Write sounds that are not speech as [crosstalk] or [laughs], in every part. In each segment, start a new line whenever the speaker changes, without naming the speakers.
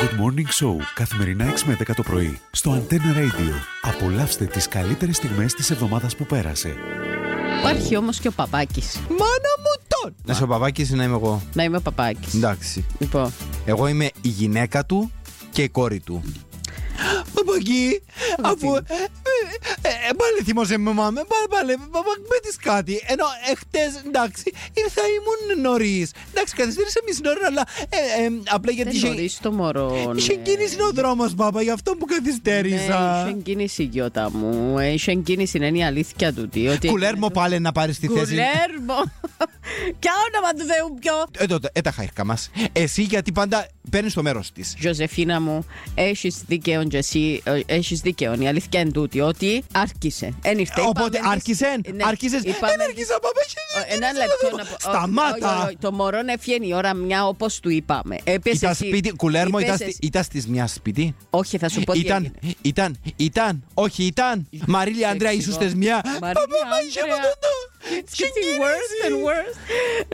Good Morning Show, καθημερινά 6 με 10 το πρωί, στο Antenna Radio. Απολαύστε τις καλύτερες στιγμές της εβδομάδας που πέρασε.
Υπάρχει όμως και ο Παπάκης.
Μάνα μου τον! Να είσαι ο παπάκι ή να είμαι εγώ.
Να είμαι ο Παπάκης.
Εντάξει.
Λοιπόν,
Εγώ είμαι η γυναίκα του και η κόρη του. Παπακί, αφού. ε, ε, ε, πάλι θυμώσαι με μάμε, πάλι, πάλι, παπα- με τη κάτι. Ενώ εχθέ, εντάξει, ήρθα ήμουν νωρίς. Εντάξει, καθυστέρησε μισή ώρα, αλλά ε, ε, απλά γιατί
δεν
είχε,
γνωρίζει το μωρό.
είχε
ναι.
κίνηση ο δρόμος, παπα, γι' αυτό που
Ναι,
καθυστέρησα.
Είχε κίνηση η γιώτα μου. ε, Είχε κίνηση, είναι η αλήθεια του. Ότι
Κουλέρμο πάλι να πάρεις τη θέση. [laughs]
Κουλέρμο. Ποια όνομα του Θεού πιο.
Ε, τότε, ε, τα χάρηκα μας. Εσύ γιατί πάντα παίρνεις το μέρος της.
Ζωζεφίνα μου, έχεις δίκαιο και εσύ. Έχει δίκαιο. Η αλήθεια είναι τούτη ότι άρχισε. Εν ήρθε.
Οπότε
Είπαμε εμείς-
άρχισε.
Ναι,
Άρχισες.
είπαμε
Δεν άρχισα, παπά.
Ο-
έχει-
Ένα
έχει-
λεπτό να πω. Όχι, όχι,
Σταμάτα.
όχι. Το μωρό έφυγε η ώρα μια όπως του είπαμε. Έπεσε.
Ήταν
εσύ.
σπίτι, κουλέρμο,
Είπες
ήταν, στη-
εσύ.
ήταν στις μια σπίτι.
Όχι, θα σου πω τι
Ήταν,
έγινε.
ήταν, ήταν, όχι ήταν. Μαρίλια Άντρια,
εξηγώ.
ήσουν στις μια.
Μαρίλη
Παπά, μα είχε
Άντρεα.
από τούτο.
It's getting
Συγκίνηση.
worse and worse.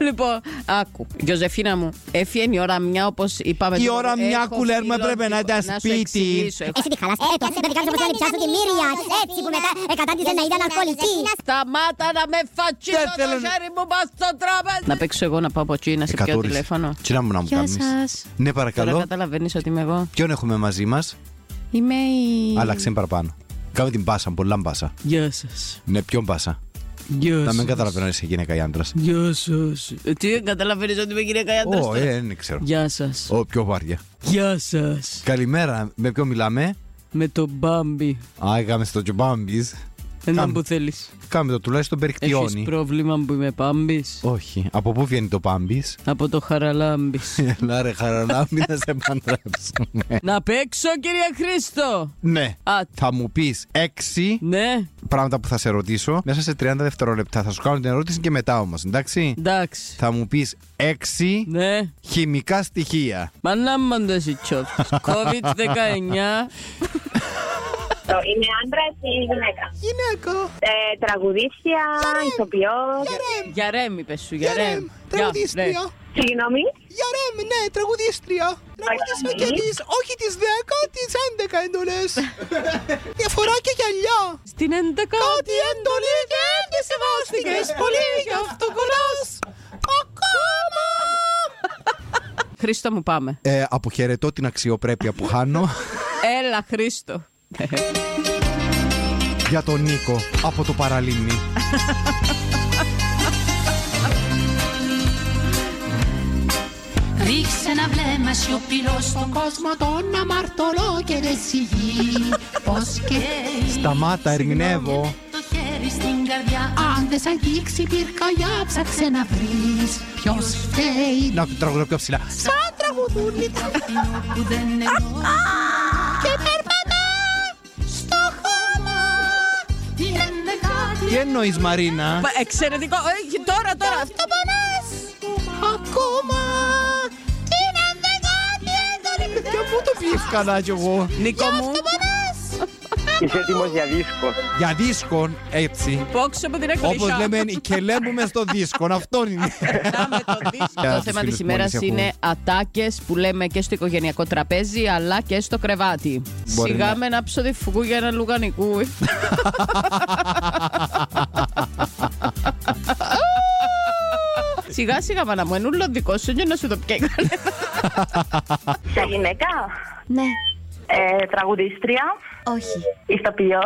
Λοιπόν, άκου. Γιωζεφίνα μου, έφυγε η ώρα μια όπως είπαμε.
Η
το-
ώρα μια,
έχω
κουλέρμα,
φίλο
έπρεπε να
τύπο.
ήταν
σου
σπίτι. [laughs]
εξηγήσω. Έχω-
Εσύ τη χαλάς. Ε, πιάσε παιδί κάποιος όπως να την πιάσουν τη μύρια. Έτσι που μετά ε, εκατάντησε να ήταν αλκοολική.
Σταμάτα να με φατσίσω
Δεν
το
θέλω να-
χέρι μου, πας στο τραπέζι. Να παίξω εγώ να πάω από εκεί, να σε πιω
Εκατόρισε.
τηλέφωνο.
Τι να μου να μου
Γεια
κάνεις.
σας. Τώρα
Ναι, παρακαλώ.
καταλαβαίνεις ότι είμαι εγώ.
Ποιον έχουμε μαζί μας.
Είμαι η...
Άλλαξε παραπάνω. Κάμε την πάσα, πολλά μπάσα.
Γεια σας.
Ναι, ποιον πάσα.
Γεια
Να
σας.
μην καταλαβαίνω αν είσαι γυναίκα ή άντρας.
Γεια σας. Ε, Τι δεν καταλαβαίνεις ότι είμαι γυναίκα ή άντρας
Ω,
τώρα.
ε, δεν ξέρω.
Γεια σας.
Ω, πιο βάρια.
Γεια σας.
Καλημέρα, με ποιον μιλάμε.
Με το Μπάμπι.
Α, έκαμε στο τζομπάμπις.
Ένα
Κάμε.
που θέλεις.
Κάμε το τουλάχιστον
Έχεις
περικτιώνει.
πρόβλημα που είμαι Πάμπης.
Όχι. Από πού βγαίνει το πάμπης. [laughs]
Από το Χαραλάμπης.
Έλα ρε χαραλάμπη να σε
[laughs]
παντρέψουμε.
Να παίξω κύριε Χρήστο.
ναι.
Α,
Θα μου πεις έξι
ναι.
πράγματα που θα σε ρωτήσω μέσα σε 30 δευτερόλεπτα. Θα σου κάνω την ερώτηση και μετά όμως, εντάξει.
Εντάξει.
Θα μου πεις έξι
Ναι.
χημικά στοιχεία.
Μανά μου το εσύ τσόφτης. COVID-19.
Είμαι άντρα ή γυναίκα.
Γυναίκο.
Ε, τραγουδίστρια, ηθοποιό.
Για ρέμ είπες σου, για ναι. ρέμ. Για, ρε.
Συγγνώμη.
Γιαρέμ, ναι, τραγουδίστρια.
Τραγουδίσαμε και
ναι.
Παρακαλώ. τις-
όχι τις 10, τις 11
[laughs]
εντολές. Διαφορά και γυαλιά.
Στην 11
Ότι εντολή δεν τη σεβάστηκες πολύ, γι' αυτό κουράς. Ακόμα.
Χρήστο μου πάμε.
Ε, αποχαιρετώ την αξιοπρέπεια που χάνω
Έλα Χρήστο.
για τον Νίκο από το παραλίμνη.
Ρίξε ένα βλέμμα σιωπηλό στον κόσμο τον αμαρτωλό και δε σιγεί πως καίει
Σταμάτα, ερμηνεύω.
το χέρι στην καρδιά Αν δεν σ' αγγίξει η πυρκαγιά ψάξε να βρεις ποιος φταίει
Να τραγουδώ πιο ψηλά.
Σαν τραγουδούλι τα φθηνό που δεν εννοεί Και περπατά στο χώμα Την
Τι
ενδεκάτη
εννοείς Μαρίνα.
Μα, Εξαιρετικό. Ε, Τώρα, τώρα.
το πονάς ακόμα Την ενδεκάτη εντολή
Για πού το πιεύκανα κι εγώ.
Νίκο μου,
Είσαι έτοιμος για δίσκο.
Για δίσκον έτσι.
πόξε από την εκκλησιά.
Όπως λέμε και λέμε στο δίσκον. Αυτό είναι.
Κάμε το δίσκο.
Για
Το
τους
θέμα
φίλους
της
που
ημέρας
μόλις
είναι ατάκες που λέμε και στο οικογενειακό τραπέζι αλλά και στο κρεβάτι.
Μπορεί
Σιγά
να-
με ένα ψωδι φουγκού για ένα λουγανικού. Σιγά σιγά μάνα μου, ενούλο δικό σου για να σου το πιέγανε.
Σε γυναίκα.
Ναι,
Ε, τραγουδίστρια,
όχι,
ηθοποιός.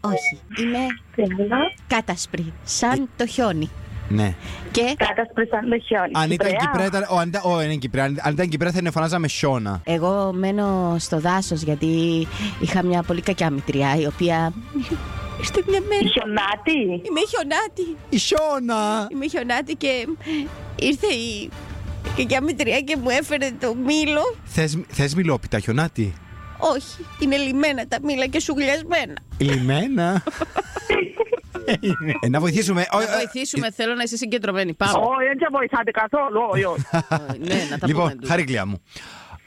όχι. Είμαι κάτασπρη, σαν το χιόνι.
Ναι.
Και
Κάτα σαν το χιόνι.
Αν ήταν
Κυπρέα.
Κυπρέα, ήταν- ο, αν ήταν- ο, ε, είναι Κυπρέα. Αν αν ήταν Κυπρέα, θα είναι φωνάζαμε Σιώνα.
εγώ μένω στο δάσος γιατί είχα μια πολύ κακιά μητριά η οποία... Είστε μια μέρα...
Χιονάτη.
Είμαι χιονάτη,
Η Σιώνα!
είμαι χιονάτη και ήρθε η κακιά μητριά και μου έφερε το μήλο.
Θες, θες μιλόπιτα, Χιονάτη.
Όχι, είναι λιμένα τα μήλα και σουγλιασμένα.
Λιμένα. [laughs] Ε, να βοηθήσουμε.
Να βοηθήσουμε, θέλω να είσαι συγκεντρωμένη. Πάμε.
Όχι, δεν σε βοηθάτε καθόλου. όχι,
[laughs]
όχι.
ναι, να τα πούμε.
Λοιπόν,
τούτα.
χαρίκλια μου.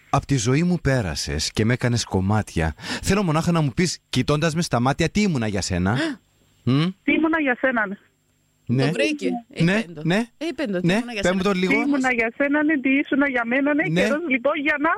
Απ' τη ζωή μου πέρασες και με έκανες κομμάτια. Θέλω μονάχα να μου πεις, κοιτώντας μες στα μάτια, τι ήμουνα για σένα. Μμ,
Τι ήμουνα για σέναν.
ναι.
Το βρήκε. Ε,
Ναι,
Είπεν το.
ναι.
Είπεν το. τι
Ναι,
ήμουνα για
πες μου
σένα.
το λίγο.
Τι ήμουνα για σέναν, τι ήσουνα για μένα, ναι,
Ναι.
καιρός λοιπόν για να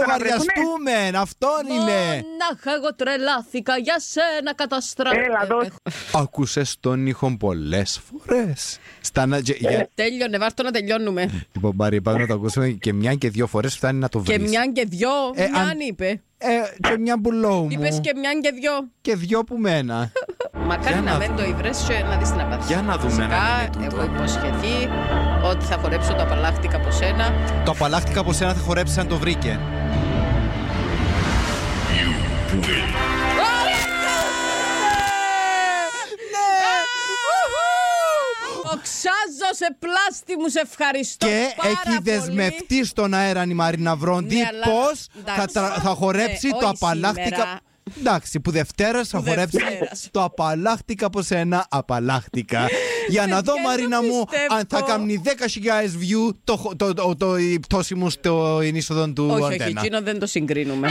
Λογαριαστούμε. Αυτόν είναι.
Μονάχα εγώ τρελάθηκα για σένα καταστράφηκα.
Έλα, δώσ'
Άκουσες τον ήχο πολλές φορές. Στανα...
Ε.
και- για-
Τέλειωνε, βάρτο να τελειώνουμε.
Λοιπόν, Μπάρι, πάμε να το ακούσουμε και μια και δύο φορές φτάνει να το βρει.
Και μια και δυο,
Ε,
μιαν
αν-
είπε.
Ε, και μια που λόγου μου.
Είπες και μια και δυο.
και δυο που μένα.
Μακάρι
Για
να
να
μην
δούμε.
το υβρες και να δεις την απάντηση.
Για να δούμε
Φυσικά,
να είναι τούτο.
έχω υποσχεθεί ότι θα χορέψω το απαλλάχτηκα από σένα.
το απαλλάχτηκα από σένα θα χορέψεις αν το βρήκε.
Ναι! Οξάζω σε πλάστη μου, σε ευχαριστώ
Και
πάρα
έχει
πολύ.
δεσμευτεί στον αέρα η Μαρίνα Βρόντι
Ναι, αλλά-
πως θα,
εντάξει.
τρα- θα χορέψει
Ε,
το
όχι σήμερα.
απαλλάχτηκα. Εντάξει, που Δευτέρας θα
Που
χορέψει
Δευτέρας.
το απαλλάχτηκα από σένα, απαλλάχτηκα. Για να δω,
Παιδιά,
Μαρίνα
δεν το
μου,
πιστεύω.
αν θα κάνει 10.000 view το, χο- το, το, το, η πτώση μου στο ενίσοδο του
Όχι, όχι,
αντένα.
εκείνο δεν το συγκρίνουμε.